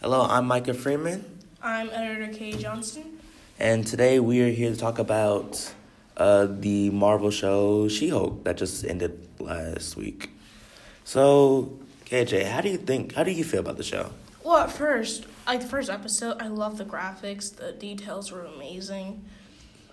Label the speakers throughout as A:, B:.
A: Hello, I'm Micah Freeman,
B: I'm editor Kay Johnston.
A: and today we are here to talk about uh, the Marvel show She Hulk that just ended last week. So, KJ, how do you think, how do you feel about the show?
B: Well, at first, like the first episode, I loved the graphics. The details were amazing.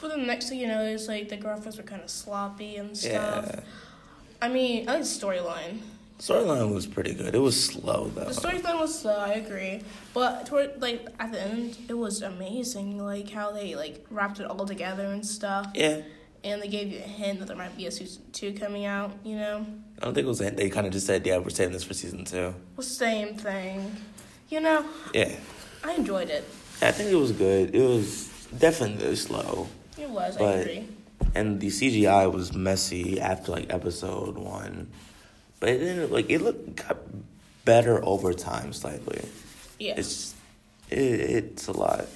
B: But then next thing you know, it's like the graphics were kind of sloppy and stuff.
A: Yeah.
B: I mean, I like the storyline.
A: Storyline was pretty good. It was slow, though.
B: The storyline was slow. I agree, but toward like at the end, it was amazing. Like how they like wrapped it all together and stuff,
A: yeah.
B: and they gave you a hint that there might be a season two coming out. You know,
A: I don't think it was, they kind of just said, yeah, we're saving this for season two.
B: well, same thing. You know,
A: Yeah.
B: I enjoyed it.
A: I think it was good. It was definitely slow.
B: It was. I
A: But-
B: agree.
A: and the CGI was messy after like episode one, but it didn't like it looked got better over time slightly.
B: Yeah.
A: It's it, it's a lot.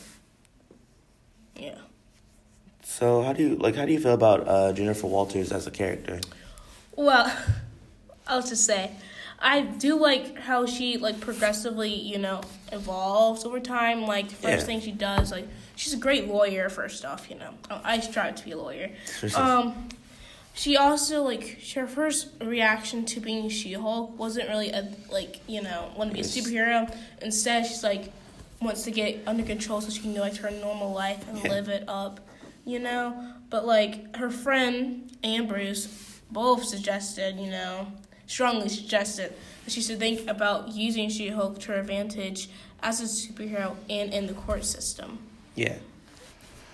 B: Yeah.
A: So how do you like how do you feel about uh, Jennifer Walters as a character?
B: Well, I'll just say, I do like how she like progressively, you know, evolves over time. Like the first
A: Yeah.
B: thing she does, like she's a great lawyer. First off, you know, Oh, I I strive to be a lawyer. Um, she also like she- her first reaction to being She-Hulk wasn't really a like you know want to be a
A: Yes.
B: superhero. Instead, she's like wants to get under control so she can go back to her normal life and
A: Yeah.
B: live it up, you know. But like her friend and Bruce both suggested, you know, strongly suggested that she should think about using She-Hulk to her advantage as a superhero and in the court system.
A: yeah,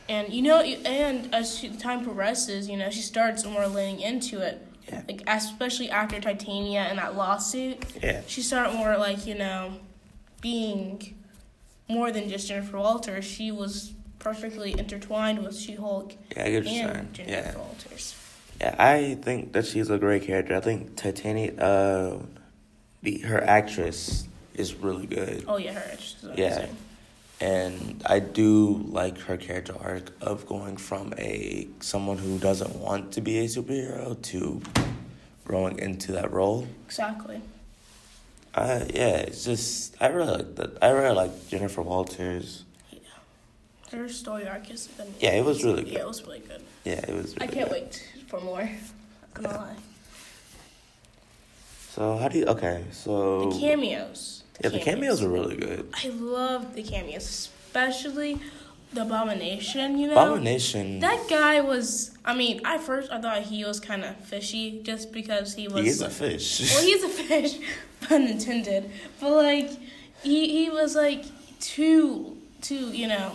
B: And you know, and as she, time progresses, you know, she starts more leaning into it.
A: Yeah.
B: Like especially after Titania and that lawsuit,
A: yeah,
B: she started more like you know, being more than just Jennifer Walters. She was perfectly intertwined with She Hulk
A: yeah. I get what you're saying.
B: and Jennifer
A: Yeah,
B: Walters.
A: yeah. I think that she's a great character. I think Titanic, uh, the her actress is really good.
B: Oh yeah, her. It's just
A: Yeah.
B: amazing.
A: and I do like her character arc of going from a someone who doesn't want to be a superhero to growing into that role.
B: exactly.
A: Uh, yeah, it's just I really like that. I really like Jennifer Walters.
B: Yeah, her story arc is. been-
A: Yeah, it was really
B: Yeah,
A: good.
B: it was really good.
A: Yeah, it was. Really
B: I can't
A: good.
B: wait for more. I'm gonna lie.
A: So how do you? Okay, so
B: The cameos.
A: Oh. yeah, the cameos are really good.
B: I love the cameos, especially the abomination. You know,
A: Abomination.
B: that guy was. I mean, at first I thought he was kind of fishy, just because he was.
A: he is a fish.
B: well, he's a fish, pun intended. But like, he he was like too too you know,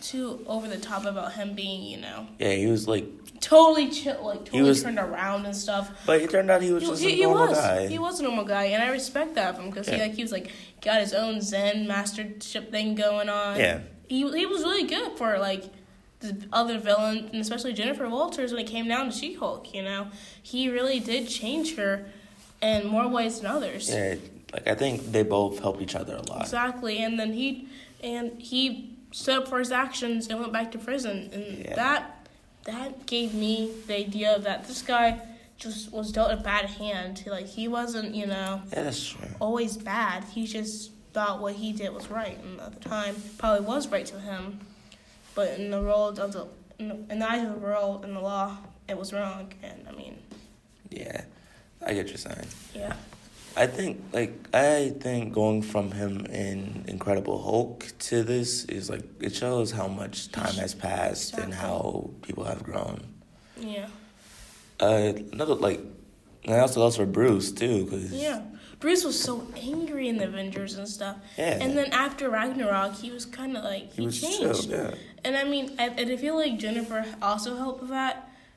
B: too over the top about him being you know
A: yeah, he was like,
B: totally chill, like totally
A: was-
B: turned around and stuff.
A: but it turned out he was
B: He,
A: just
B: he,
A: a
B: he
A: normal
B: was
A: guy.
B: he was a normal guy, and I respect that of him because he
A: Yeah.
B: like he was like got his own Zen mastership thing going on.
A: Yeah.
B: he he was really good for like the other villains, and especially Jennifer Walters when it came down to She Hulk. You know, he really did change her in more ways than others.
A: yeah, like I think they both help each other a lot.
B: Exactly, and then he and he stood up for his actions and went back to prison, and
A: Yeah.
B: that that gave me the idea of that this guy just was dealt a bad hand. He, like he wasn't, you know,
A: Yeah, that's true.
B: always bad. He just thought what he did was right, and at the time probably was right to him, but in the world of the in the, in the eyes of the world and the law, it was wrong. And I mean,
A: Yeah, I get your sign.
B: yeah,
A: I think like I think going from him in Incredible Hulk to this is like it shows how much time has passed and how people have grown.
B: yeah,
A: Uh, another like, and I also lost for Bruce too, cause
B: yeah. Bruce was so angry in the Avengers and stuff.
A: yeah,
B: And then after Ragnarok, he was kind of like
A: he
B: he,
A: was
B: changed.
A: chill, yeah,
B: And I mean, I, and I feel like Jennifer also helped with that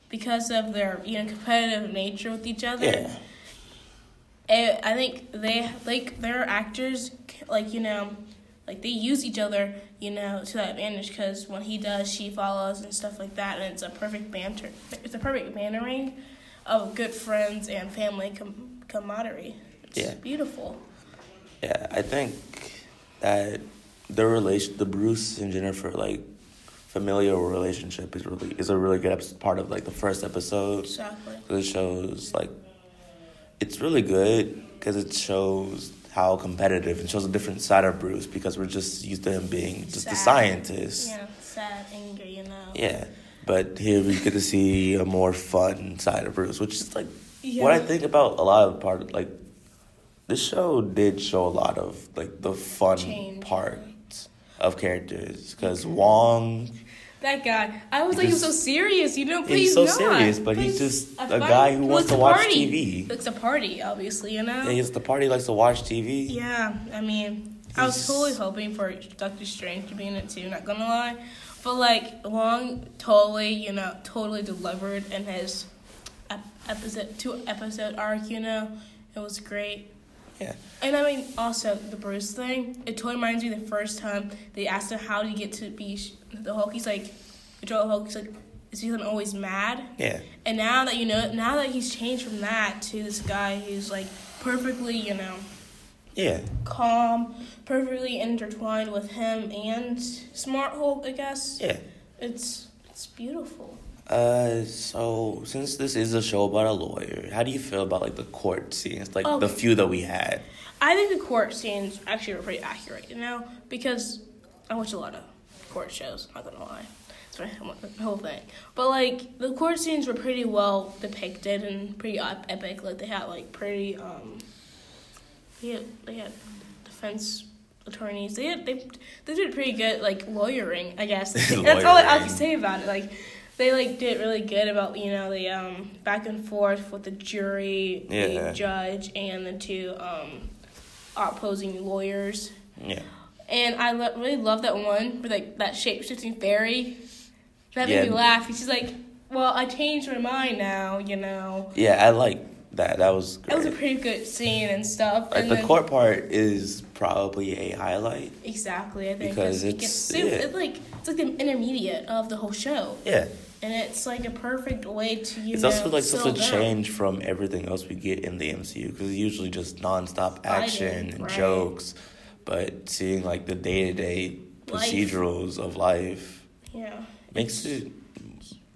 B: because of their you know competitive nature with each other.
A: yeah,
B: And I think they like their actors like you know like they use each other you know to that advantage because when he does, she follows and stuff like that, and it's a perfect banter. It's a perfect bantering of good friends and family com- camaraderie. It's
A: Yeah.
B: beautiful.
A: yeah. I think that the relation, the Bruce and Jennifer like familial relationship is really is a really good episode, part of like the first episode.
B: Exactly.
A: It shows like it's really good because it shows how competitive and shows a different side of Bruce because we're just used to him being just the
B: Sad.
A: scientist.
B: Yeah, sad, angry, you know.
A: Yeah. But here we get to see a more fun side of Bruce, which is like what I
B: Yeah.
A: think about a lot of part of, like this show did show a lot of like the fun
B: Change. Mm-hmm.
A: parts of characters because Wong
B: That guy. I was like, he was so
A: Because-
B: serious, you know, please
A: he's so
B: not.
A: serious, but he's
B: Please,
A: just
B: I
A: a
B: find-
A: guy who
B: He
A: wants to
B: to
A: watch
B: party.
A: TV.
B: It's a party, obviously, you know?
A: yeah, he's at the party likes to watch TV.
B: Yeah, I mean, I was
A: He's-
B: totally hoping for Doctor Strange to be in it too. Not gonna lie, but like Wong totally, you know, totally delivered in his ep- episode two episode arc. You know, it was great.
A: Yeah.
B: And I mean, also the Bruce thing. It totally reminds me of the first time they asked him how did he get to be sh- the Hulk. He's like, Joel Hulk. He's like, is he always mad?
A: Yeah.
B: And now that you know, now that he's changed from that to this guy who's like perfectly, you know
A: Yeah.
B: calm, perfectly intertwined with him and Smart Hulk, I guess.
A: Yeah.
B: It's it's beautiful.
A: Uh, so since this is a show about a lawyer, how do you feel about like the court scenes, like
B: Oh.
A: the few that we had?
B: I think the court scenes actually were pretty accurate, you know, because I watch a lot of court shows, not gonna lie. That's my whole- my whole thing. But like the court scenes were pretty well depicted and pretty ep- epic. Like they had like pretty um they had, they had defense attorneys. They had, they they did pretty good like lawyering, I guess. That's all I
A: Lawyering.
B: can say about it. Like they like did really good about, you know, the um back and forth with the jury,
A: Yeah.
B: the judge and the two um opposing lawyers.
A: Yeah.
B: And I lo- really love that one with like that shape shifting fairy. That made me
A: Yeah.
B: laugh. She's like, "Well, I changed my mind now," you know.
A: Yeah, I like that. That was
B: That
A: great.
B: was a pretty good scene and stuff.
A: like
B: and
A: the
B: then-
A: court part is probably a highlight.
B: Exactly, I think
A: Because
B: it
A: it's-
B: gets super,
A: yeah.
B: it, like it's like the intermediate of the whole show,
A: Yeah.
B: and it's like a perfect way to you
A: It's
B: know.
A: also like such
B: slow
A: a
B: down.
A: change from everything else we get in the MCU because it's usually just nonstop action and
B: right.
A: jokes, but seeing like the day to day
B: Life.
A: procedurals of life
B: Yeah,
A: makes it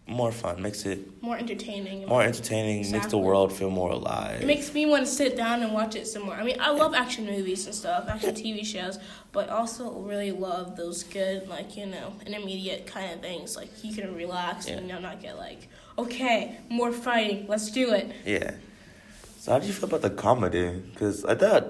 A: more fun, makes it
B: more entertaining.
A: more entertaining, makes the
B: Exactly.
A: world feel more alive.
B: It makes me want to sit down and watch it some more. I mean, I love action movies and stuff, action TV shows, but also really love those good, like, you know, intermediate kind of things. Like, you can relax and, you know, not get like, okay, more fighting, let's do it.
A: Yeah. So how did you feel about the comedy? Because I thought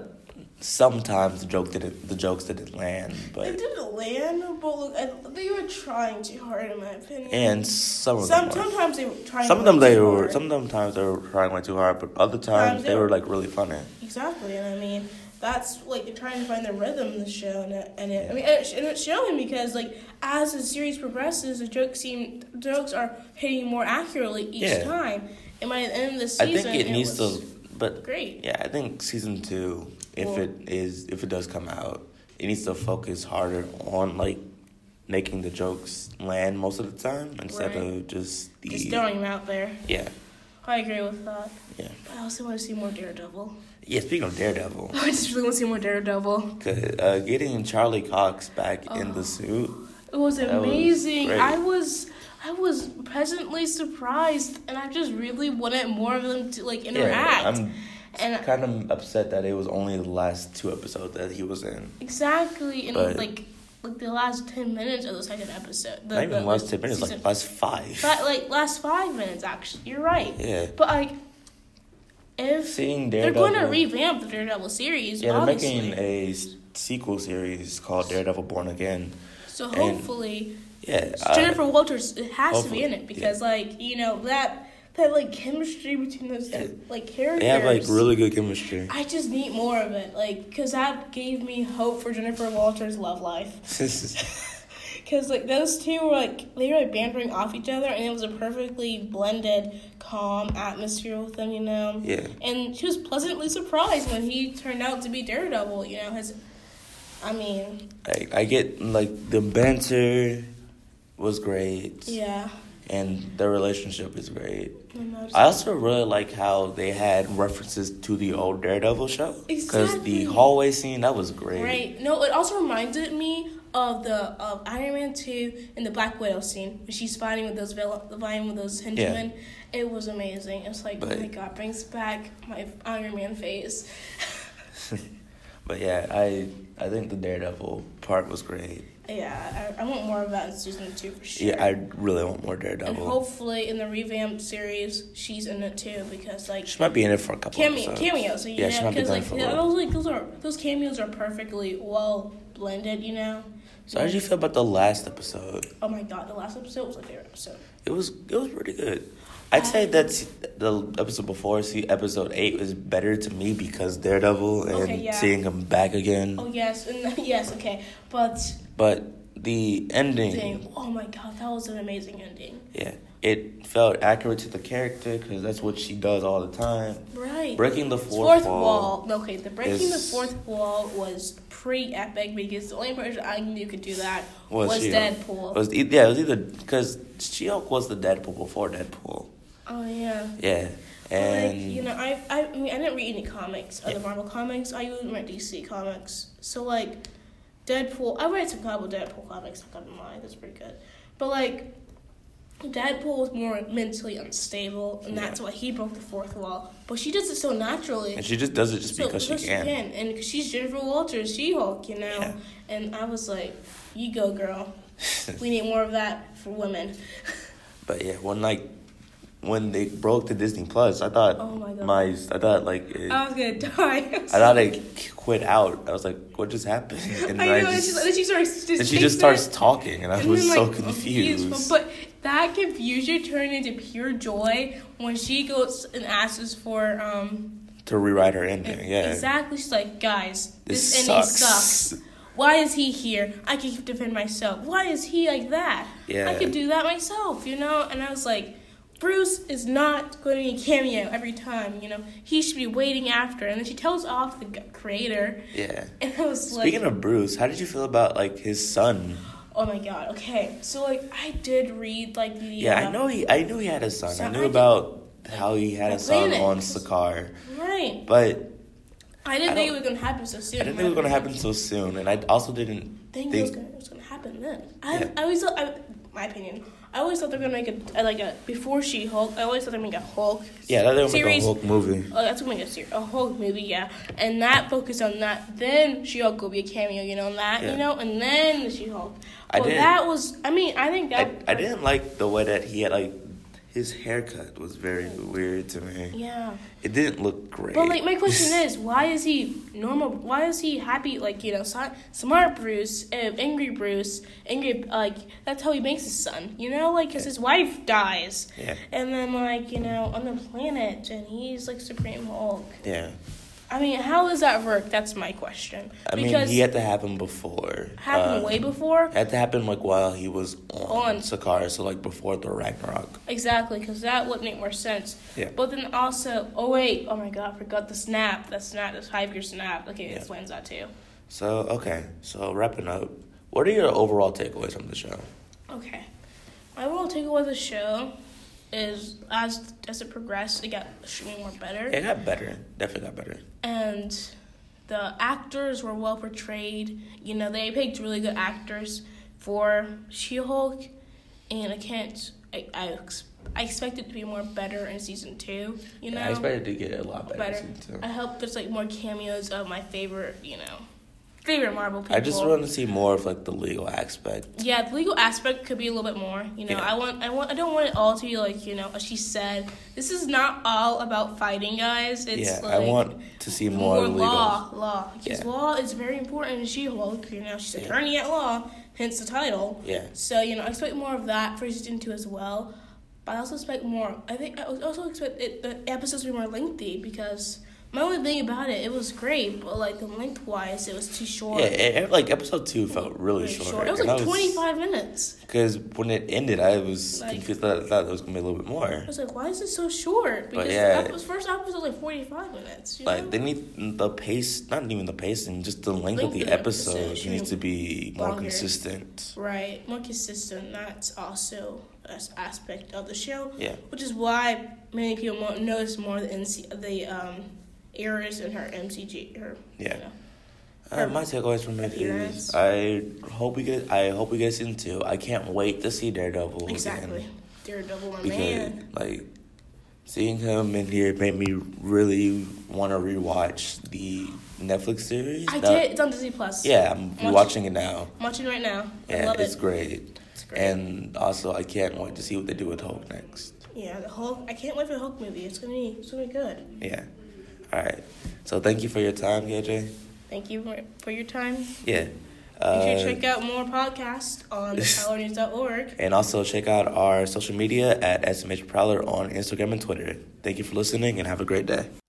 A: sometimes the joke didn't, the jokes didn't land,
B: It
A: but
B: didn't land, but look, I, they were trying too hard, in my opinion.
A: and some of
B: some,
A: them. Were.
B: sometimes they were trying
A: Some of
B: way
A: them they
B: too
A: were.
B: hard.
A: Sometimes they were trying way too hard, but other times they were like really funny.
B: Exactly, and I mean that's like they're trying to find the rhythm of the show, and it, and it I mean and it's, and it's showing because like as the series progresses, the jokes seem jokes are hitting more accurately each
A: Yeah.
B: time, and by the end of the
A: I
B: season,
A: think it needs
B: was
A: to, but
B: great.
A: yeah, I think season two, if
B: Well-
A: it is, if it does come out, it needs to focus harder on like making the jokes land most of the time instead
B: Right.
A: of just the
B: Just throwing them out there.
A: yeah
B: I agree with that.
A: yeah
B: I also want to see more Daredevil.
A: yeah. Speaking of Daredevil.
B: I just really want to see more Daredevil.
A: 'Cause, uh, getting Charlie Cox back in
B: Oh.
A: the suit.
B: It was
A: That was
B: amazing.
A: great.
B: I was I was pleasantly surprised, and I just really wanted more of them to like interact.
A: Yeah, I'm
B: and
A: kind of upset that it was only the last two episodes that he was in.
B: Exactly, and
A: But-
B: like like the last ten minutes of the second episode. The,
A: Not even
B: the,
A: last ten minutes,
B: season-
A: like last five.
B: But like last five minutes, actually, you're right.
A: Yeah,
B: But like, if
A: seeing
B: they're
A: Daredevil.
B: going to revamp the Daredevil series,
A: yeah, they're
B: obviously.
A: making a s- sequel series called Daredevil Born Again.
B: so
A: and-
B: hopefully
A: Yeah, uh,
B: Jennifer Walters it has to
A: hopefully,
B: be in it because like you know that that like chemistry between those
A: Yeah.
B: two like
A: uh,
B: characters.
A: they have like really good chemistry.
B: I just need more of it, like, cause that gave me hope for Jennifer Walters' love life. Because like those two were like they were like bantering off each other, and it was a perfectly blended, calm atmosphere with them, you know.
A: yeah,
B: And she was pleasantly surprised when he turned out to be Daredevil. You know, his, I mean,
A: I, I get like the banter was great,
B: yeah.
A: and their relationship is great.
B: I know,
A: I also really like how they had references to the old Daredevil show because
B: Exactly.
A: the hallway scene that was great.
B: Right. No, it also reminded me of the of Iron Man two and the Black Widow scene when she's fighting with those vill- fighting with those henchmen. It was amazing. It's like
A: But-
B: oh my god, brings back my Iron Man face.
A: But yeah, I I think the Daredevil part was great.
B: Yeah, I, I want more of that in season two for sure.
A: Yeah, I really want more
B: and
A: Daredevil.
B: hopefully in the revamped series, she's in it too because like
A: she might be in it for a couple
B: cameo,
A: episodes.
B: cameos. So, you
A: yeah, she
B: know,
A: might be
B: because
A: done
B: like
A: for a
B: yeah,
A: while.
B: those like those are those cameos are perfectly well blended. You know.
A: So how did you feel about the last episode?
B: Oh my god, the last episode was my favorite episode.
A: It was it was pretty good. I'd
B: Um,
A: say that se- the episode before, see episode eight, was better to me because Daredevil and
B: Okay, yeah.
A: seeing him back again.
B: Oh yes, and yes, okay, but
A: But the ending,
B: dang, oh my god, that was an amazing ending.
A: yeah, it felt accurate to the character because that's what she does all the time.
B: Right.
A: Breaking the
B: Fourth,
A: fourth, wall.
B: wall. Okay, the
A: is-
B: breaking the fourth wall was pretty epic because the only person I knew could do that
A: Was
B: was,
A: She-Hulk.
B: Deadpool.
A: It was e- yeah, it was either because She Hulk was the Deadpool before Deadpool.
B: oh yeah.
A: Yeah, and
B: like you know, I I, I mean I didn't read any comics, other
A: Yeah.
B: Marvel comics. I only read DC comics. So like, Deadpool. I read some couple Deadpool comics. Not gonna lie, that's pretty good. But like, Deadpool was more mentally unstable, and that's why he broke the fourth wall. But she does it so naturally.
A: and she just does it just
B: so
A: because she can.
B: and 'cause she's Jennifer Walters, She Hulk, you know.
A: Yeah.
B: And I was like, you go, girl. we need more of that for women.
A: But yeah, when like when they broke to Disney Plus, I thought
B: Oh my God. Um,
A: I thought like it,
B: I was gonna die.
A: I thought it quit out. I was like, what just happened? And
B: I
A: then
B: know, and, she's, and she starts.
A: and she just starts talking, and I
B: and
A: was
B: then,
A: so
B: like,
A: confused.
B: But that confusion turned into pure joy when she goes and asks for um.
A: to rewrite her ending, yeah.
B: Exactly. She's like, guys,
A: This
B: this, ending
A: sucks."
B: sucks. Why is he here? I can defend myself. Why is he like that? I
A: Yeah.
B: could do that myself, you know. And I was like. Bruce is not going to be a cameo every time, you know. He should be waiting after. And then she tells off the g- creator.
A: Yeah.
B: And I was like,
A: Speaking of Bruce, how did you feel about like his son?
B: Oh my god. Okay. So like I did read like the
A: Yeah, I
B: uh,
A: know he. I knew he had a son.
B: So
A: I
B: I
A: knew
B: did-
A: about how he had a
B: Like,
A: son
B: wait a
A: on
B: minute.
A: Sakaar,
B: Right.
A: but
B: I didn't
A: I
B: think it
A: don't-
B: was gonna happen so soon.
A: I didn't think it was gonna happen so soon, and I also didn't
B: Didn't think it was
A: think.
B: gonna, it was gonna happen then. I,
A: Yeah.
B: I always thought, I, my opinion, I always thought they were gonna make a like a before She Hulk. I always thought they were gonna make a Hulk.
A: Yeah, that was like a
B: series.
A: Hulk movie.
B: Oh, that's gonna make a series, a Hulk movie, yeah. And that focused on that. Then She Hulk will be a cameo, you know, on that,
A: Yeah.
B: you know, and then the She Hulk.
A: I
B: Well,
A: didn't-
B: that was. I mean, I think that.
A: I, I didn't like the way that he had like his haircut was very weird to me.
B: Yeah.
A: It didn't look great.
B: But like my question is, why is he normal? Why is he happy? Like you know, si- smart Bruce, uh, angry Bruce, angry like that's how he makes his son. You know, like because his wife dies,
A: yeah,
B: and then like you know on the planet, and he's like Supreme Hulk.
A: yeah.
B: I mean, how does that work? That's my question.
A: I mean,
B: because
A: he had to happen before.
B: happened
A: uh,
B: way before.
A: It had to happen like while he was on,
B: On.
A: Sakaar, so like before Thor Ragnarok.
B: Exactly, because that would make more sense.
A: Yeah.
B: But then also, oh wait, oh my god, I forgot the snap. The snap, the five year snap. Okay,
A: Yeah.
B: it explains that too.
A: So okay, so wrapping up, what are your overall takeaways from the show?
B: Okay. My overall takeaway of the show is as as it progressed, it got extremely more better,
A: It got better, definitely got better.
B: and the actors were well portrayed. You know, they picked really good actors for She Hulk, and I can't. I I, ex- I expect it to be more better in season two. You know,
A: I expected to get a lot better.
B: better.
A: soon, too.
B: I hope there's like more cameos of my favorite. You know, favorite Marvel people.
A: I just want to see more of like the legal aspect.
B: Yeah, the legal aspect could be a little bit more. You know,
A: Yeah.
B: I want, I want, I don't want it all to be like you know. She said, "This is not all about fighting, guys. It's
A: yeah,
B: like
A: I want to see more, legal.
B: law, law. Because
A: Yeah.
B: law is very important in She-Hulk. You know, she's
A: Yeah.
B: attorney at law, hence the title.
A: Yeah.
B: So you know, I expect more of that for season two as well. But I also expect more. I think I also expect it, the episodes to be more lengthy because my only thing about it, it was great, but like the length wise, it was too short.
A: Yeah, it, it- like episode two felt really short.
B: It was
A: and
B: like
A: I
B: twenty five minutes.
A: Because when it ended, I was
B: Like-
A: confused. I thought it was gonna be a little bit more.
B: I was like, why is it so short?
A: But
B: Because
A: yeah.
B: that was first episode was like forty five minutes. You know?
A: Like they need the pace, not even the pacing, just the length of
B: Length
A: the
B: of the episode
A: episode
B: should
A: needs to
B: be
A: be more
B: longer.
A: consistent.
B: right, more consistent. That's also an aspect of the show,
A: Yeah,
B: which is why many people mo- notice more the NC- the um, errors in her MCG. Her
A: Yeah.
B: you know.
A: uh, my takeaways from it is
B: Appearance.
A: I hope we get. I hope we get season two. I can't wait to see Daredevil
B: exactly.
A: again
B: Daredevil, my
A: because
B: man.
A: like Seeing him in here made me really want to rewatch the Netflix series.
B: I
A: that-
B: did. It's on Disney Plus.
A: Yeah, I'm
B: Watch-
A: rewatching it now.
B: I'm watching it right now. I
A: Yeah,
B: love
A: it's
B: it.
A: great.
B: It's great.
A: And also, I can't wait to see what they do with Hulk next.
B: yeah, the Hulk. I can't wait for the Hulk movie. It's gonna be it's gonna be good.
A: Yeah. All right. So thank you for your time, KJ.
B: Thank you for, for your time.
A: Yeah.
B: Make
A: Uh,
B: sure to check out more podcasts on powernews.org.
A: and also check out our social media at SMH Prowler on Instagram and Twitter. Thank you for listening and have a great day.